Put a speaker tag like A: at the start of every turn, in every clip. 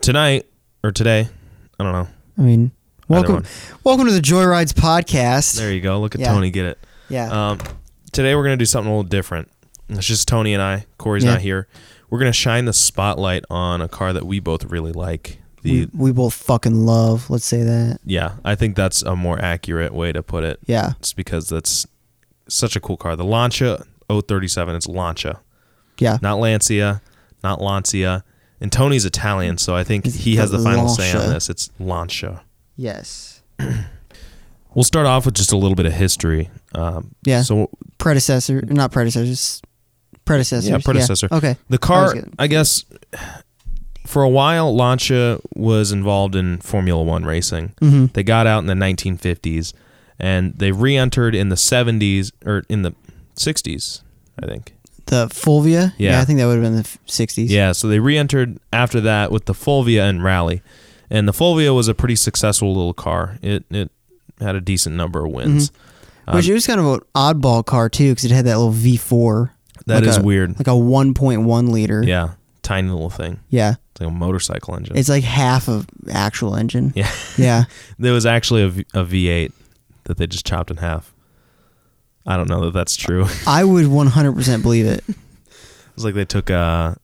A: tonight or today. I don't know.
B: I mean,
A: one.
B: welcome, welcome to the Joyrides podcast.
A: There you go. Look at
B: Yeah.
A: Tony get it.
B: yeah,
A: Um, today we're gonna do something a little different. It's just Tony and I. Corey's
B: Yeah.
A: not here. We're gonna shine the spotlight on a car that we both really like. The
B: we, we both fucking love. Let's say that.
A: yeah, I think that's a more accurate way to put it.
B: Yeah,
A: It's because that's such a cool car. The Lancia 037. It's Lancia,
B: yeah.
A: not Lancia, not Lancia. And Tony's Italian, so I think he has the final say on
B: Lancia.
A: this. It's Lancia.
B: Yes.
A: We'll start off with just a little bit of history. Um,
B: Yeah.
A: So
B: predecessor, not predecessors. Predecessors.
A: predecessor.
B: Okay.
A: the
B: was
A: car,
B: good.
A: I guess, for a while, Lancia was involved in Formula One racing.
B: Mm-hmm.
A: They got out in the 1950s, and they re-entered in the 70s or in the 60s, I think.
B: The Fulvia.
A: Yeah.
B: I think that would have been the f- 60s.
A: Yeah, so they re-entered after that with the Fulvia and Rally, and the Fulvia was a pretty successful little car. It it had a decent number of wins.
B: Mm-hmm. Which
A: um,
B: it was kind of an oddball car too, because it had that little V4.
A: That is
B: like a-
A: weird.
B: Like a 1.1 liter.
A: yeah, tiny little thing.
B: Yeah.
A: It's like a motorcycle engine.
B: It's like half of actual engine.
A: Yeah.
B: Yeah.
A: There was actually a, V- a V8 that they just chopped in half. I don't know that that's true. it
B: I would 100% believe it.
A: was like they took a.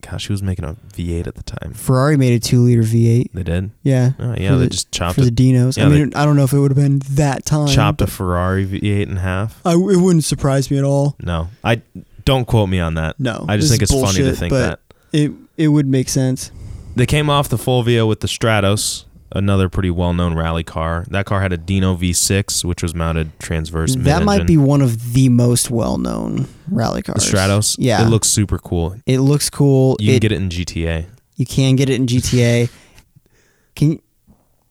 A: Gosh, who was making a V8 at the time?
B: Ferrari made a two liter V8.
A: They did.
B: Yeah.
A: Oh yeah,
B: For
A: they
B: the-
A: just chopped
B: for the
A: it,
B: Dinos.
A: Yeah,
B: I mean, I don't know if it would have been that time.
A: chopped a
B: but
A: Ferrari V8 in half.
B: I, it wouldn't surprise me at all.
A: No, I don't quote me on that.
B: No,
A: I just
B: this
A: think it's
B: is
A: funny to
B: bullshit,
A: think
B: but
A: that
B: It it would make sense.
A: they came off the Fulvia with the Stratos, another pretty well-known rally car. That car had a Dino V6, which was mounted transverse.
B: That might be
A: mid-engine.
B: one of the most well known rally cars.
A: the Stratos.
B: Yeah.
A: it looks super cool.
B: It looks cool.
A: You
B: it,
A: can get it in GTA.
B: you can get it in GTA. can you,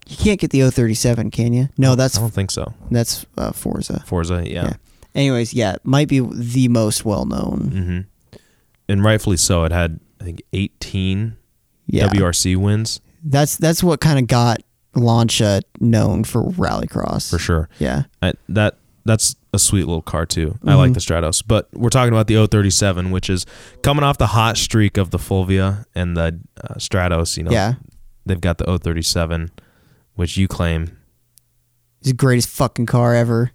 B: you can't get the 037, can you? No, that's
A: I don't think so.
B: that's uh, Forza.
A: Forza, yeah.
B: Yeah. Anyways, yeah, it might be the most well known.
A: hmm And rightfully so. It had, I think, 18
B: Yeah.
A: WRC wins
B: That's that's what kind of got Lancia known for rallycross.
A: for sure.
B: Yeah.
A: I, that that's a sweet little car too. I
B: Mm-hmm.
A: like the Stratos, but we're talking about the 037, which is coming off the hot streak of the Fulvia and the uh, Stratos. You know,
B: Yeah.
A: they've got the 037, which you claim
B: It's the greatest fucking car ever.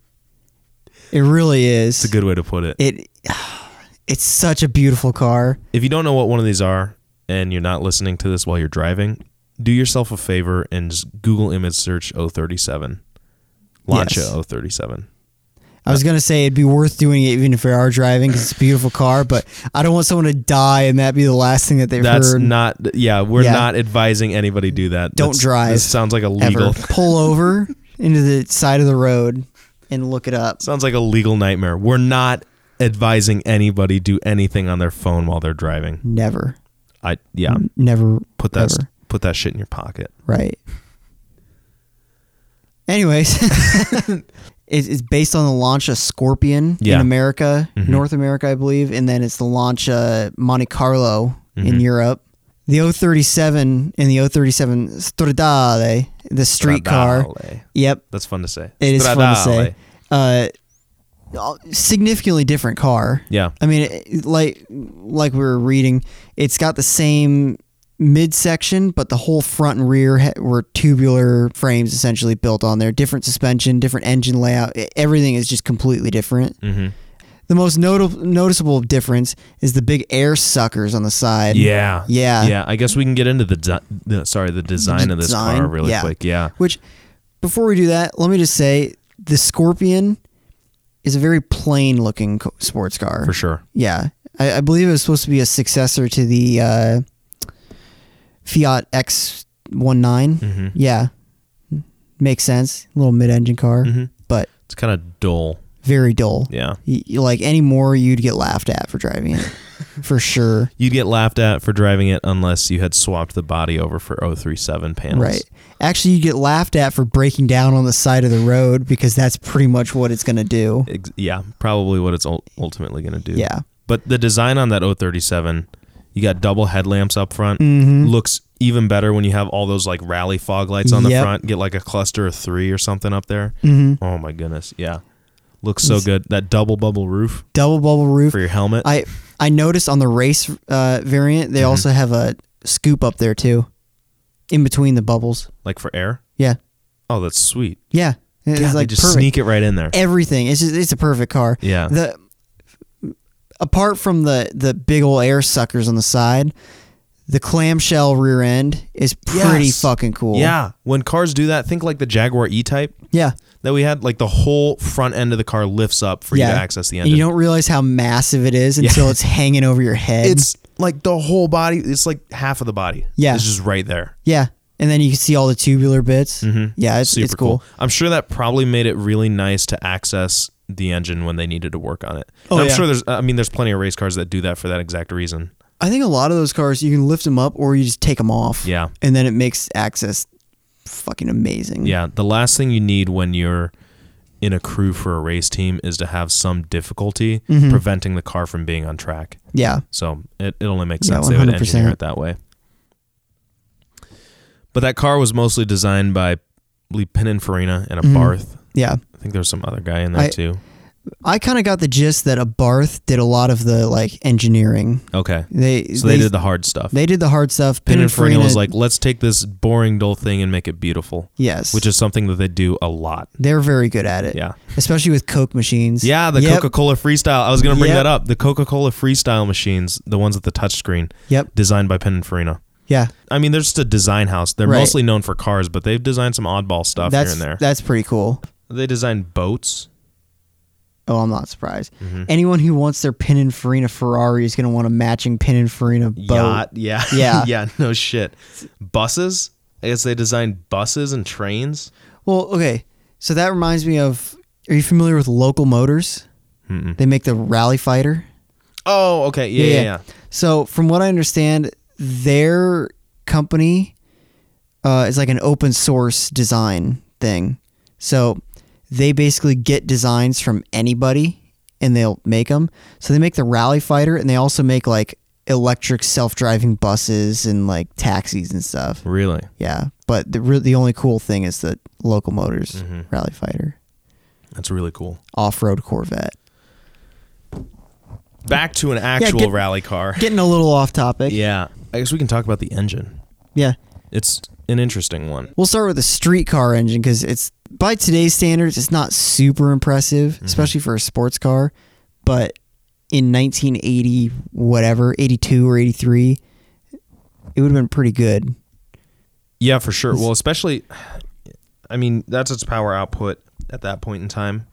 B: It really is.
A: it's a good way to put it.
B: it it's such a beautiful car.
A: If you don't know what one of these are and you're not listening to this while you're driving, do yourself a favor and just Google image search 037, Lancia
B: Yes.
A: 037.
B: I was gonna say it'd be worth doing it even if we are driving because it's a beautiful car, but I don't want someone to die and that be the last thing that they've
A: That's
B: heard.
A: not. Yeah, we're
B: Yeah.
A: not advising anybody do that.
B: Don't
A: That's-
B: drive
A: This sounds like a legal.
B: ever. Pull over into the side of the road and look it up.
A: Sounds like a legal nightmare. We're not advising anybody do anything on their phone while they're driving.
B: Never,
A: I yeah.
B: never
A: Put that
B: Mm, ever.
A: put that shit in your pocket.
B: right. Anyways, it's, it's based on the Lancia Scorpion
A: Yeah.
B: in America,
A: Mhm.
B: North America, I believe, and then it's the Lancia Monte Carlo in
A: Mhm.
B: Europe. The 037 and the 037 Stradale, the street car.
A: Stradale.
B: Yep,
A: That's fun to say.
B: it is fun to say.
A: Stradale.
B: Uh, significantly different car.
A: Yeah.
B: I mean, it, like like we were reading, it's got the same midsection, but the whole front and rear ha- were tubular frames essentially built on there. Different suspension, different engine layout. e- Everything is just completely different.
A: Mm-hmm.
B: The most notable noticeable difference is the big air suckers on the side.
A: Yeah.
B: Yeah.
A: Yeah. I guess we can get into the di- the- sorry the design of this
B: Design?
A: car really
B: Yeah.
A: quick. Yeah.
B: Which, before we do that, let me just say the Scorpion is a very plain looking co- sports car.
A: For sure.
B: Yeah, I, I believe it was supposed to be a successor to the uh, Fiat X19.
A: Mm-hmm.
B: Yeah, makes sense. Little mid-engine car,
A: Mm-hmm.
B: but
A: It's kind of dull.
B: very dull.
A: Yeah.
B: Y- y- like any more, you'd get laughed at for driving it, for sure.
A: You'd get laughed at for driving it unless you had swapped the body over for 037 panels.
B: Right. Actually, you get laughed at for breaking down on the side of the road because that's pretty much what it's going to do.
A: Ex- yeah, probably what it's ul- ultimately going to do.
B: Yeah.
A: But the design on that 037, you got double headlamps up front.
B: Mm-hmm.
A: Looks even better when you have all those like rally fog lights on the
B: Yep.
A: front. Get like a cluster of three or something up there.
B: Mhm.
A: Oh my goodness. Yeah. Looks so good. That double bubble roof
B: Double bubble roof.
A: for your helmet. Mm-hmm.
B: I I noticed on the race uh, variant they also have a scoop up there too. in between the bubbles.
A: like for air.
B: Yeah,
A: Oh, that's sweet.
B: yeah. It's
A: God, they
B: like
A: just
B: perfect.
A: sneak it right in there.
B: Everything. It's just, it's a perfect car.
A: Yeah.
B: The apart from the the big old air suckers on the side, the clamshell rear end is pretty
A: Yes.
B: fucking cool.
A: Yeah, when cars do that, think like the Jaguar E-Type
B: Yeah.
A: that we had. Like the whole front end of the car lifts up for you to access the
B: And
A: engine.
B: you don't realize how massive it is until it's hanging over your head.
A: it's like the whole body. It's like half of the body.
B: Yeah.
A: it's just right there.
B: yeah, and then you can see all the tubular bits. Mm-hmm. Yeah, it's,
A: Super
B: it's cool.
A: I'm sure that probably made it really nice to access the engine when they needed to work on it. And
B: Oh,
A: I'm
B: yeah.
A: sure there's. I mean, there's plenty of race cars that do that for that exact reason.
B: I think a lot of those cars you can lift them up or you just take them off.
A: Yeah.
B: and then it makes access fucking amazing.
A: Yeah, the last thing you need when you're in a crew for a race team is to have some difficulty
B: Mm-hmm.
A: preventing the car from being on track.
B: yeah.
A: So it, it only makes
B: Yeah,
A: sense they would
B: 100%.
A: engineer it that way. But that car was mostly designed by I believe Pininfarina and a Barth.
B: yeah.
A: I think there's some other guy in there
B: Mm-hmm. I-
A: too.
B: I kind of got the gist that a Barth did a lot of the like engineering.
A: Okay.
B: They
A: So they, did the hard stuff.
B: they did the hard stuff.
A: Pininfarina was like, let's take this boring dull thing and make it beautiful,
B: yes,
A: which is something that they do a lot.
B: they're very good at it.
A: Yeah.
B: especially with Coke machines.
A: Yeah, the
B: Yep.
A: Coca-Cola Freestyle. I was going to bring
B: Yep.
A: that up. The Coca-Cola Freestyle machines, the ones with the touchscreen,
B: Yep.
A: designed by Pininfarina.
B: Yeah,
A: I mean, they're just a design house. They're
B: Right.
A: mostly known for cars, but they've designed some oddball stuff
B: that's
A: here and there.
B: that's pretty cool.
A: they designed boats.
B: Oh, I'm not surprised.
A: Mm-hmm.
B: Anyone who wants their Pininfarina Ferrari is going to want a matching Pininfarina boat.
A: Yacht, yeah,
B: Yeah.
A: yeah. No shit. Buses. I guess they designed buses and trains.
B: Well, okay. So that reminds me of. Are you familiar with Local Motors? They make the Rally Fighter.
A: Oh, okay, yeah, yeah, yeah.
B: So from what I understand, their company uh, is like an open source design thing. So they basically get designs from anybody and they'll make them. So they make the Rally Fighter and they also make like electric self driving buses and like taxis and stuff.
A: Really?
B: Yeah, but the re- the only cool thing is the local motors rally fighter
A: That's really cool.
B: off road Corvette.
A: Back to an actual
B: get-
A: rally car.
B: Getting a little off topic.
A: yeah, I guess we can talk about the engine.
B: yeah.
A: It's an interesting one.
B: We'll start with the streetcar engine because it's by today's standards, it's not super impressive, especially for a sports car. But in 1980, whatever, 82 or 83, it would have been pretty good.
A: Yeah, for sure. Well, especially, I mean, that's its power output at that point in time.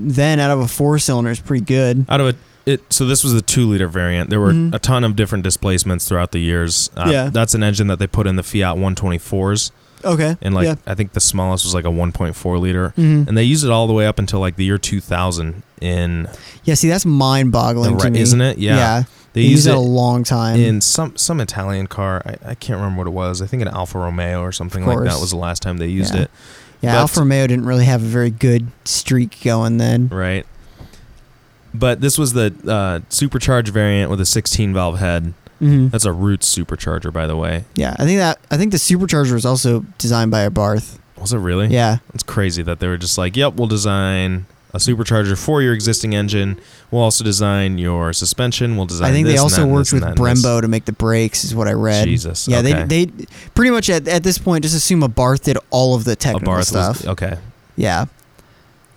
B: Then out of a four cylinder, it's pretty good.
A: out of it, it so this was the two liter variant there were a ton of different displacements throughout the years uh,
B: Mm-hmm. Yeah.
A: that's an engine that they put in the fiat 124s
B: Okay.
A: and like i think the smallest was like a 1.4 liter
B: Mm-hmm.
A: and they used it all the way up until like the year 2000 in
B: yeah, see, that's mind boggling to
A: Right,
B: me.
A: isn't it? Yeah.
B: Yeah.
A: They
B: They,
A: use
B: used it
A: it
B: a long time.
A: in some some italian car I, I can't remember what it was i think an alfa romeo or something like that
B: course.
A: was the last time they used
B: Yeah.
A: it
B: yeah,
A: but-
B: Alfa Romeo didn't really have a very good streak going then.
A: right but this was the uh, supercharged variant with a 16 valve head
B: hmm
A: that's a roots supercharger by the way
B: Yeah, I think that I think the supercharger was also designed by a Barth.
A: was it really
B: Yeah.
A: It's crazy that they were just like, "Yep, we'll design a supercharger for your existing engine. We'll also design your suspension. We'll design."
B: I think
A: this
B: they
A: and that
B: also
A: and
B: worked
A: this
B: with
A: and that and this."
B: Brembo to make the brakes, is what I read.
A: Jesus,
B: Yeah,
A: okay.
B: they they pretty much at, at this point just assume a Barth did all of the
A: A
B: technical
A: Barth
B: stuff.
A: was okay.
B: Yeah,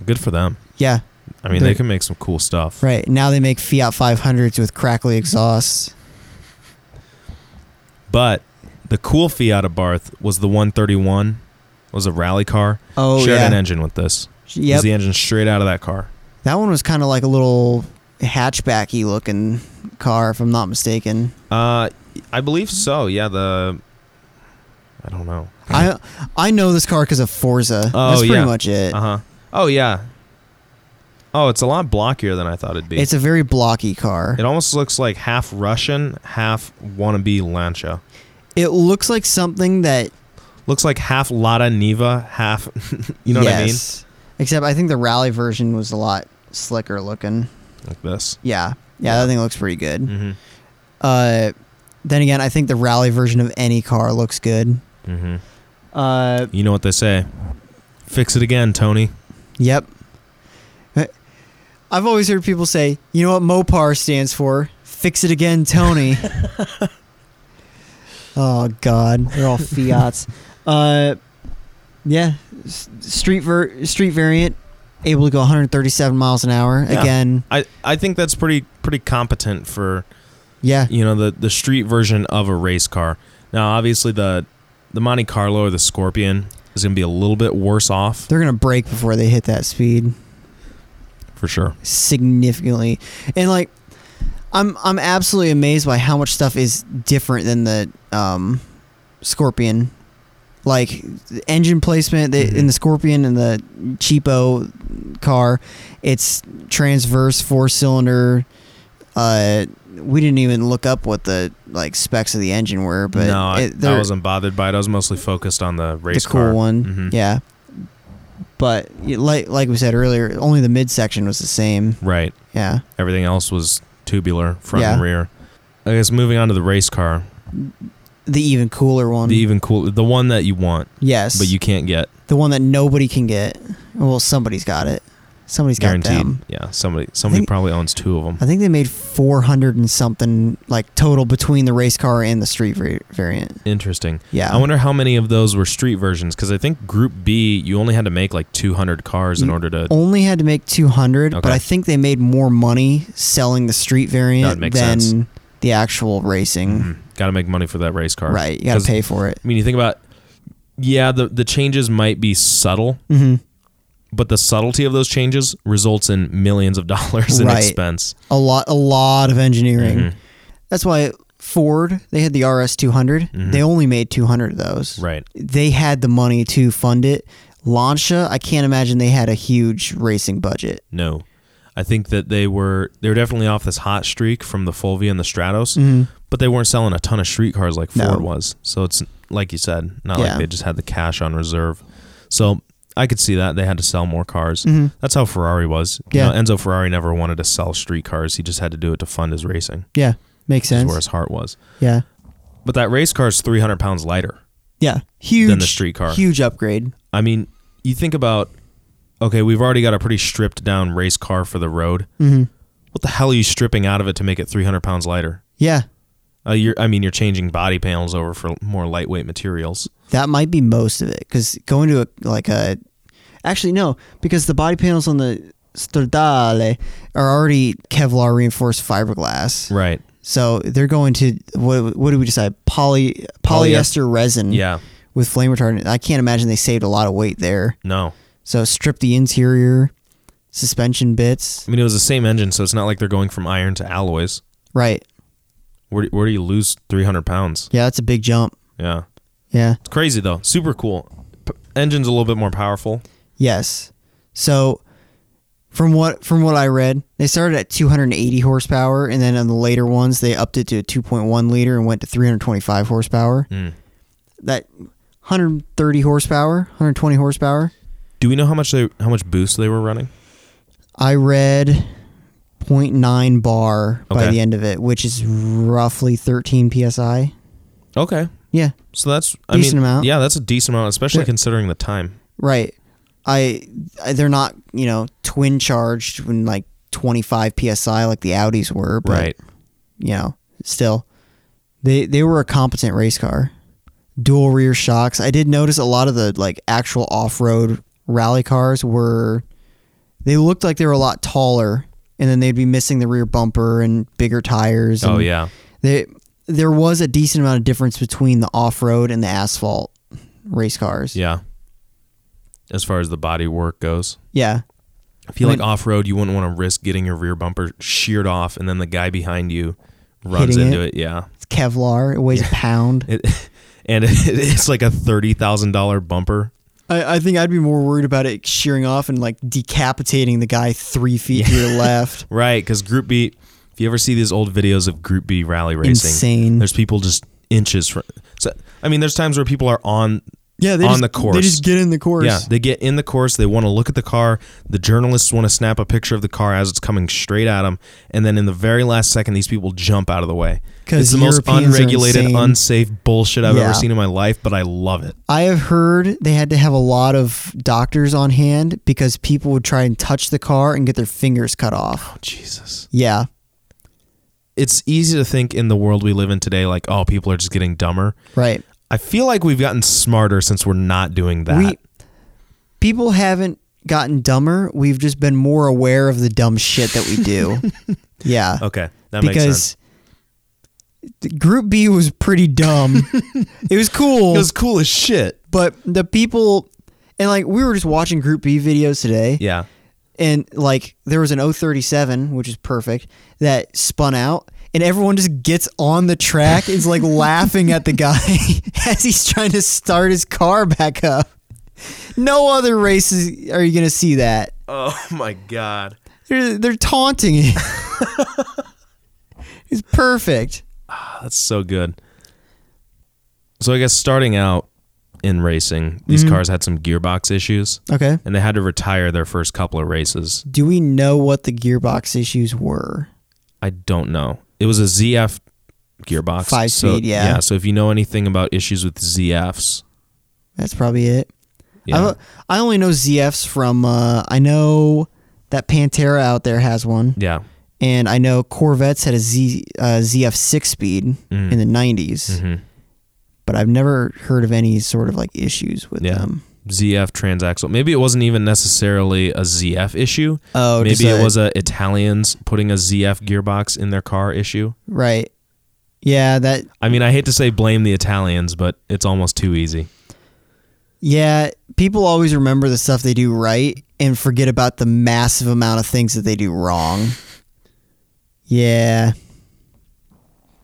A: Good for them.
B: yeah,
A: I mean, they
B: They're-
A: can make some cool stuff.
B: right. Now they make Fiat 500s with crackly exhausts.
A: But the cool Fiat Abarth was the 131. Was a rally car.
B: Oh
A: shared
B: yeah,
A: an engine with this. It
B: yep.
A: was the engine straight out of that car.
B: that one was kind of like a little hatchbacky looking car, if I'm not mistaken.
A: Uh, I believe so. Yeah, the. I don't know.
B: I I know this car because of Forza.
A: Oh,
B: That's pretty
A: yeah.
B: much it.
A: Uh huh. Oh yeah. Oh, it's a lot blockier than I thought it'd be.
B: It's a very blocky car.
A: It almost looks like half Russian, half wannabe Lancia.
B: It looks like something that
A: Looks like half Lada Niva, half you know
B: yes. Except I think the rally version was a lot slicker looking.
A: what I mean, like this.
B: Yeah. Yeah, that thing looks pretty good.
A: Mm-hmm.
B: Uh, then again, I think the rally version of any car looks good.
A: Mm-hmm.
B: Uh,
A: You know what they say? Fix it again, Tony.
B: yep. I've always heard people say, you know what Mopar stands for? Fix it again, Tony. Oh God, they're all Fiats. uh, yeah, s- street ver- street variant able to go 137 miles an hour
A: Yeah.
B: again.
A: I, I think that's pretty pretty competent for
B: Yeah,
A: you know the the street version of a race car. Now, obviously the the Monte Carlo or the Scorpion is going to be a little bit worse off
B: they're gonna break before they hit that speed
A: for sure.
B: significantly, and like. I'm I'm absolutely amazed by how much stuff is different than the um, Scorpion, like the engine placement the,
A: Mm-hmm.
B: in the Scorpion and the cheapo car. It's transverse four cylinder. Uh, we didn't even look up what the like specs of the engine were, but
A: no, I,
B: it,
A: I
B: they're
A: wasn't bothered by it. I was mostly focused on the
B: the
A: race
B: cool
A: car.
B: one.
A: Mhm.
B: Yeah, but y- like like we said earlier, only the midsection was the same.
A: Right.
B: Yeah.
A: Everything else was tubular, front
B: Yeah.
A: and rear. I guess moving on to the race car,
B: The even cooler one.
A: the even cool, the one that you want
B: yes.
A: but you can't get
B: the one that nobody can get. Well, somebody's got it. Somebody's got
A: guaranteed.
B: them.
A: Yeah, somebody somebody
B: think-
A: probably owns two of them.
B: I think they made 400 and something like total between the race car and the street vari- variant.
A: Interesting.
B: Yeah.
A: I wonder how many of those were street versions because I think Group B you only had to make like 200 cars in
B: Mm,
A: order to.
B: only had to make 200, but
A: Okay.
B: I think they made more money selling the street variant
A: That'd make
B: than
A: sense. Mm-hmm.
B: the actual racing.
A: Got to hmm, make money for that race car,
B: Right. You got
A: 'Cause,
B: to pay for it.
A: I mean, you think about. Yeah, the the changes might be subtle,
B: hmm
A: but the subtlety of those changes results in millions of dollars in
B: Right.
A: expense.
B: A lot a lot of engineering.
A: Mhm.
B: That's why Ford, they had the RS200.
A: Mhm.
B: They only made 200 of those.
A: Right.
B: they had the money to fund it. Lancia, I can't imagine they had a huge racing budget.
A: No, I think that they were they were definitely off this hot streak from the Fulvia and the Stratos, but they weren't selling a ton of street cars like
B: Mm-hmm. No.
A: Ford was. So it's like you said, not
B: Yeah.
A: like they just had the cash on reserve. So I could see that they had to sell more cars. That's how Ferrari was. You
B: Mm-hmm. Yeah.
A: know, Enzo Ferrari never wanted to sell street cars. He just had to do it to fund his racing.
B: Yeah, makes
A: That's
B: sense.
A: where his heart was.
B: Yeah,
A: But that race car is 300 pounds lighter.
B: yeah, huge.
A: Than the street car.
B: huge upgrade.
A: I mean, you think about okay, we've already got a pretty stripped down race car for the road. Mm-hmm. What the hell are you stripping out of it to make it 300 pounds lighter?
B: Yeah,
A: Uh, you're, I mean, you're changing body panels over for more lightweight materials.
B: that might be most of it because going to a like a, actually no, because the body panels on the Stradale are already Kevlar reinforced fiberglass.
A: Right.
B: So they're going to what? What do we decide? Poly
A: Polyester-
B: polyester resin.
A: Yeah.
B: With flame retardant, I can't imagine they saved a lot of weight there.
A: No.
B: So strip the interior, suspension bits.
A: I mean, it was the same engine, so it's not like they're going from iron to alloys.
B: Right.
A: Where, where do you lose 300 pounds?
B: Yeah, that's a big jump.
A: Yeah.
B: Yeah.
A: It's crazy, though. Super cool. P- engine's a little bit more powerful.
B: Yes. So from what from what I read, they started at 280 horsepower and then on the later ones they upped it to a 2.1 liter and went to 325 horsepower.
A: Mm.
B: That 130 horsepower, 120 horsepower.
A: Do we know how much they how much boost they were running?
B: I read 0.9 bar by
A: Okay.
B: the end of it, which is roughly 13 psi.
A: Okay.
B: Yeah.
A: So that's I
B: Decent
A: mean,
B: amount.
A: yeah, that's a decent amount, especially
B: Yeah.
A: considering the time.
B: Right. I, I they're not, you know, twin charged when like 25 psi like the Audis were, but you know, still they they were a competent race car. Dual rear shocks. I did notice a lot of the like actual off-road rally cars were they looked like they were a lot taller and then they'd be missing the rear bumper and bigger tires.
A: Oh
B: and
A: yeah.
B: They there was a decent amount of difference between the off-road and the asphalt race cars.
A: Yeah. As far as the body work goes.
B: Yeah.
A: I feel
B: I
A: like off road you wouldn't want to risk getting your rear bumper sheared off and then the guy behind you runs
B: Hitting
A: into it. Yeah.
B: It's Kevlar. It weighs a pound.
A: It, and it's like a thirty thousand dollar bumper.
B: I, I think I'd be more worried about it shearing off and like decapitating the guy three feet to your left.
A: Right, because Group B. If you ever see these old videos of Group B rally racing,
B: Insane.
A: there's people just inches from. So, I mean, there's times where people are on.
B: yeah, they
A: on
B: just,
A: the course.
B: They just get in the course.
A: Yeah, they get in the course. They want to look at the car. The journalists want to snap a picture of the car as it's coming straight at them, and then in the very last second, these people jump out of the way.
B: 'Cause
A: It's the most
B: Europeans are
A: unregulated,
B: insane.
A: unsafe bullshit I've
B: Yeah.
A: ever seen in my life, but I love it.
B: I have heard they had to have a lot of doctors on hand because Oh, people would try and touch the car and get their fingers cut off.
A: Oh Jesus!
B: Yeah.
A: it's easy to think in the world we live in today, like, oh, people are just getting dumber.
B: Right.
A: I feel like we've gotten smarter since we're not doing that.
B: We people haven't gotten dumber. We've just been more aware of the dumb shit that we do. yeah.
A: okay, that makes sense.
B: because Group B was pretty dumb. it was cool.
A: It was cool as shit.
B: but the people and like we were just watching group b videos today
A: Yeah,
B: and like there was an 037 which is perfect that spun out and everyone just gets on the track is like laughing at the guy as he's trying to start his car back up no other races are you gonna see that
A: Oh my god.
B: they're, they're taunting it it's perfect
A: That's so good. So I guess starting out in racing, these
B: Mm-hmm.
A: cars had some gearbox issues
B: okay
A: and they had to retire their first couple of races.
B: do we know what the gearbox issues were
A: I don't know. It was a ZF gearbox.
B: Five
A: so,
B: speed, yeah.
A: Yeah, so if you know anything about issues with ZFs,
B: That's probably it.
A: Yeah.
B: I, I only know ZFs from uh, I know that Pantera out there has one,
A: yeah.
B: and I know Corvettes had a Z uh, ZF six speed
A: Mm-hmm.
B: in the 90s but I've never heard of any sort of like issues with
A: Yeah.
B: them.
A: ZF transaxle. Maybe it wasn't even necessarily a ZF issue.
B: Oh, just
A: Maybe it
B: a-
A: was a Italians putting a ZF gearbox in their car issue.
B: Right? Yeah, that
A: I mean, I hate to say blame the Italians, but it's almost too easy.
B: yeah. People always remember the stuff they do right and forget about the massive amount of things that they do wrong. Yeah,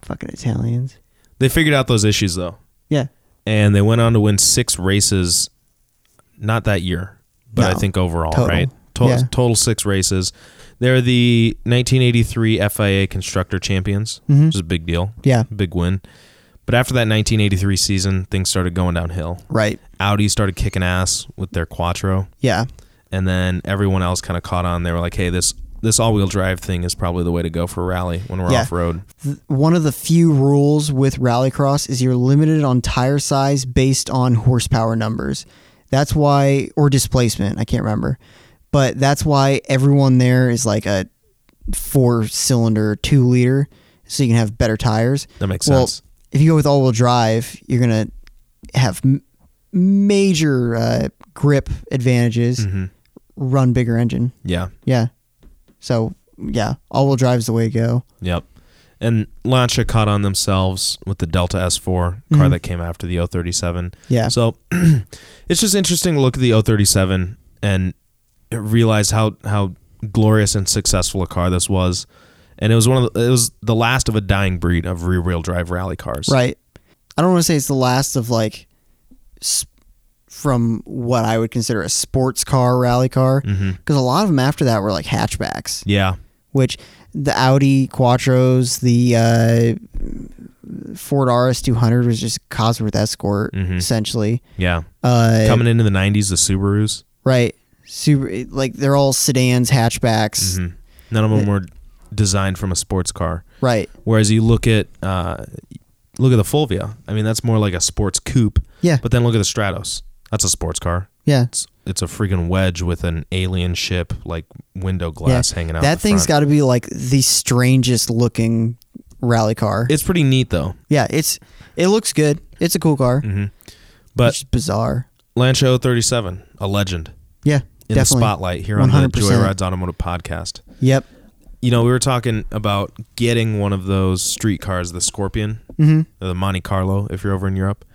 B: fucking Italians.
A: They figured out those issues though,
B: Yeah.
A: and they went on to win six races, not that year, but I
B: No.
A: think overall,
B: Total.
A: right? Total,
B: Yeah.
A: total six races. They're the 1983 FIA Constructor Champions,
B: Mm-hmm.
A: which is a big deal,
B: Yeah.
A: big win. But after that 1983 season, things started going downhill.
B: Right.
A: Audi started kicking ass with their Quattro,
B: Yeah.
A: and then everyone else kind of caught on. They were like, "Hey, this this all wheel drive thing is probably the way to go for rally when we're
B: Yeah.
A: off road."
B: th- one of the few rules with rallycross is you're limited on tire size based on horsepower numbers. That's why, or displacement, I can't remember. But that's why everyone there is like a four cylinder, two liter, so you can have better tires.
A: That makes
B: Well,
A: sense.
B: if you go with all wheel drive, you're going to have m- major uh, grip advantages,
A: Mm.
B: run bigger engine.
A: Mm-hmm. Yeah.
B: Yeah. So, yeah, all wheel drive is the way to go.
A: Yep. And Lancia caught on themselves with the Delta S4 car that came after the 037.
B: Mm-hmm. Yeah.
A: So it's just interesting to look at the 037 and realize how how glorious and successful a car this was. And it was one of the, it was the last of a dying breed of rear wheel drive rally cars.
B: Right. I don't want to say it's the last of like s- from what I would consider a sports car rally car because a lot of them after that were like hatchbacks,
A: Yeah.
B: which the Audi Quattros, the uh, Ford RS200 was just Cosworth Escort essentially.
A: Yeah.
B: Uh,
A: Coming into the 90s the Subarus.
B: right. Super like they're all sedans, hatchbacks.
A: Mm-hmm. None of them were designed from a sports car.
B: Right.
A: Whereas you look at uh, look at the Fulvia. I mean, that's more like a sports coupe.
B: Yeah.
A: But then look at the Stratos. That's a sports car.
B: Yeah.
A: It's it's a freaking wedge with an alien ship like window glass hanging out.
B: That
A: the
B: thing's
A: front.
B: got to be like the strangest looking rally car.
A: It's pretty neat though.
B: Yeah, it's it looks good. It's a cool car.
A: Mm-hmm. But
B: it's just bizarre.
A: Lancia 037, a legend
B: Yeah,
A: in the
B: definitely.
A: spotlight here on the
B: 100%.
A: Joyrides Automotive Podcast.
B: Yep.
A: You know, we were talking about getting one of those street cars, the Scorpion, mm-hmm. or the Monte Carlo, if you're over in Europe,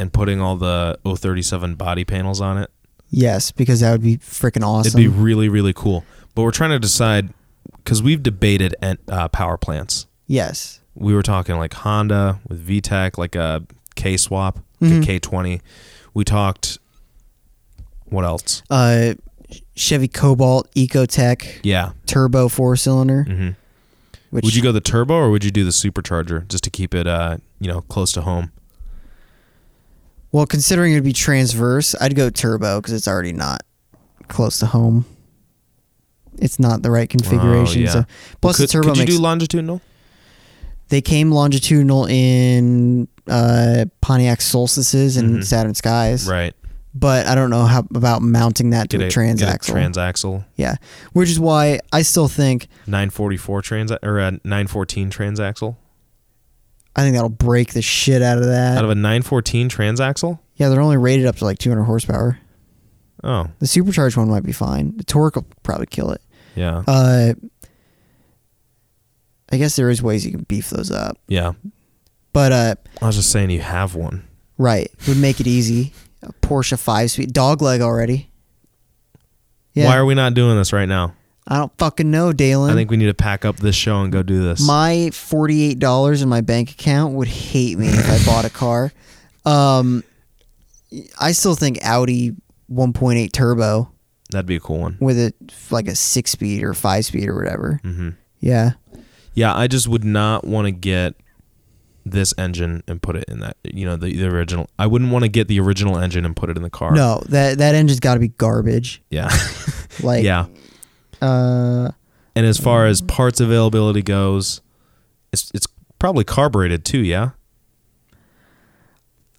A: and putting all the 037 body panels on it.
B: Yes, because that would be freaking
A: It'd
B: awesome.
A: be really, really cool. But we're trying to decide because we've debated en- uh, power plants.
B: yes.
A: We were talking like Honda with VTEC, like a K swap,
B: Mm-hmm.
A: a K20. We talked. What else?
B: Uh, Chevy Cobalt EcoTech
A: Yeah.
B: turbo four cylinder.
A: Mhm.
B: Which
A: Would you go the turbo or would you do the supercharger just to keep it, uh, you know, close to home?
B: well, considering it'd be transverse, I'd go turbo because it's already not close to home. It's not the right configuration.
A: Oh, yeah.
B: So plus
A: could,
B: the turbo
A: could you
B: makes.
A: do longitudinal?
B: they came longitudinal in uh, Pontiac Solstices and Saturn Skies.
A: Mm-hmm. Right.
B: but I don't know how about mounting that to
A: Get
B: a,
A: a-
B: transaxle.
A: Get a transaxle.
B: yeah, which is why I still think
A: 944 trans or a 914 transaxle.
B: I think that'll break the shit out of that.
A: Out of a 914 transaxle?
B: yeah, they're only rated up to like 200 horsepower.
A: Oh,
B: The supercharged one might be fine. The torque will probably kill it.
A: yeah.
B: Uh, I guess there is ways you can beef those up,
A: yeah.
B: but uh,
A: I was just saying you have one.
B: right would make it easy. A Porsche five speed dogleg already. Yeah,
A: Why are we not doing this right now?
B: I don't fucking know, Dalen.
A: I think we need to pack up this show and go do this.
B: My forty-eight dollars in my bank account would hate me if I bought a car. Um, I still think Audi 1.8 turbo
A: That'd be a cool one.
B: with a like a six-speed or five-speed or whatever.
A: hmm
B: Yeah,
A: Yeah, I just would not want to get this engine and put it in that. You know, the, the original. I wouldn't want to get the original engine and put it in the car.
B: no that that engine's got to be garbage.
A: Yeah.
B: Like,
A: yeah.
B: uh,
A: And as far as parts availability goes, it's it's probably carbureted too. Yeah.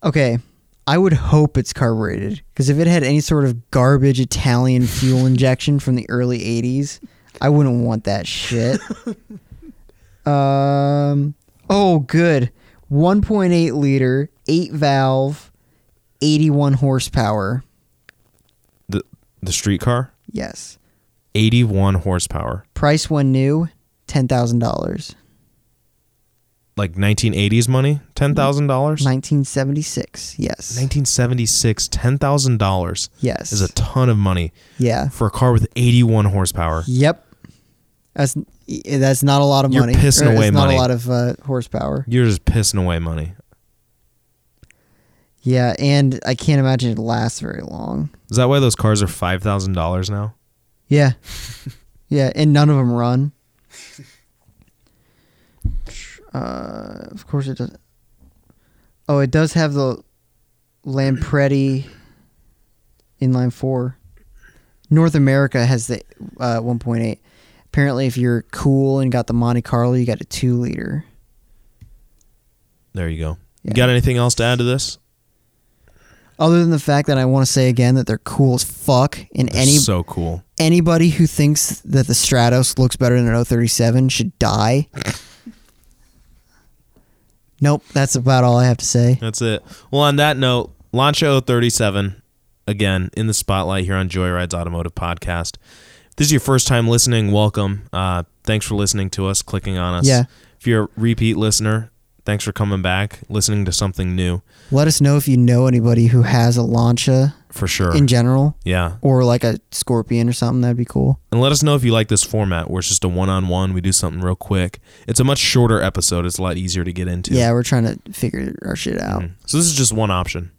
B: okay. I would hope it's carbureted because if it had any sort of garbage Italian fuel injection from the early '80s, I wouldn't want that shit. Um. Oh, good. 1.8 liter, eight valve, 81 horsepower.
A: The the street car,
B: Yes.
A: eighty one horsepower,
B: Price when new, ten thousand dollars.
A: like nineteen eighties money, ten thousand dollars.
B: Nineteen seventy six. Yes.
A: Nineteen seventy six, ten thousand dollars
B: yes.
A: is a ton of money
B: yeah.
A: for a car with eighty one horsepower.
B: Yep. That's that's not a lot of
A: You're
B: money.
A: pissing
B: Or that's
A: away
B: not
A: money.
B: a lot of uh, horsepower.
A: You're just pissing away money.
B: Yeah, and I can't imagine it lasts very long.
A: Is that why those cars are five thousand dollars now?
B: Yeah. yeah, and none of them run. Uh, of course it does. Oh, it does have the Lampredi inline four. North America has the uh, 1.8. Apparently, if you're cool and got the Monte Carlo, you got a two liter.
A: There you go.
B: Yeah.
A: You got anything else to add to this?
B: Other than the fact that I want to say again that they're cool as fuck, and
A: They're
B: any
A: so cool.
B: anybody who thinks that the Stratos looks better than an 037 should die. nope, that's about all I have to say.
A: That's it. Well, on that note, Lancia 037, again, in the spotlight here on Joyride's Automotive Podcast. If this is your first time listening, welcome. Uh, thanks for listening to us, clicking on us.
B: Yeah.
A: If you're a repeat listener, thanks for coming back, listening to something new,
B: Let us know if you know anybody who has a Lancia
A: for sure.
B: in general
A: yeah.
B: or like a Scorpion or something. That'd be cool.
A: And let us know if you like this format where it's just a one on one. We do something real quick. It's a much shorter episode, it's a lot easier to get into.
B: Yeah, we're trying to figure our shit out.
A: Mhm. So this is just one option.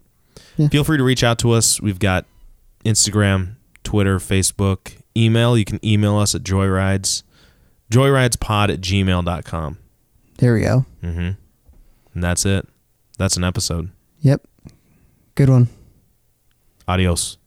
B: Yeah.
A: Feel free to reach out to us. We've got Instagram, Twitter, Facebook, email. You can email us at joyrides, joyridespod at gmail.com.
B: There we go.
A: Mm-hmm. And that's it. That's an episode.
B: Yep. Good one.
A: Adios.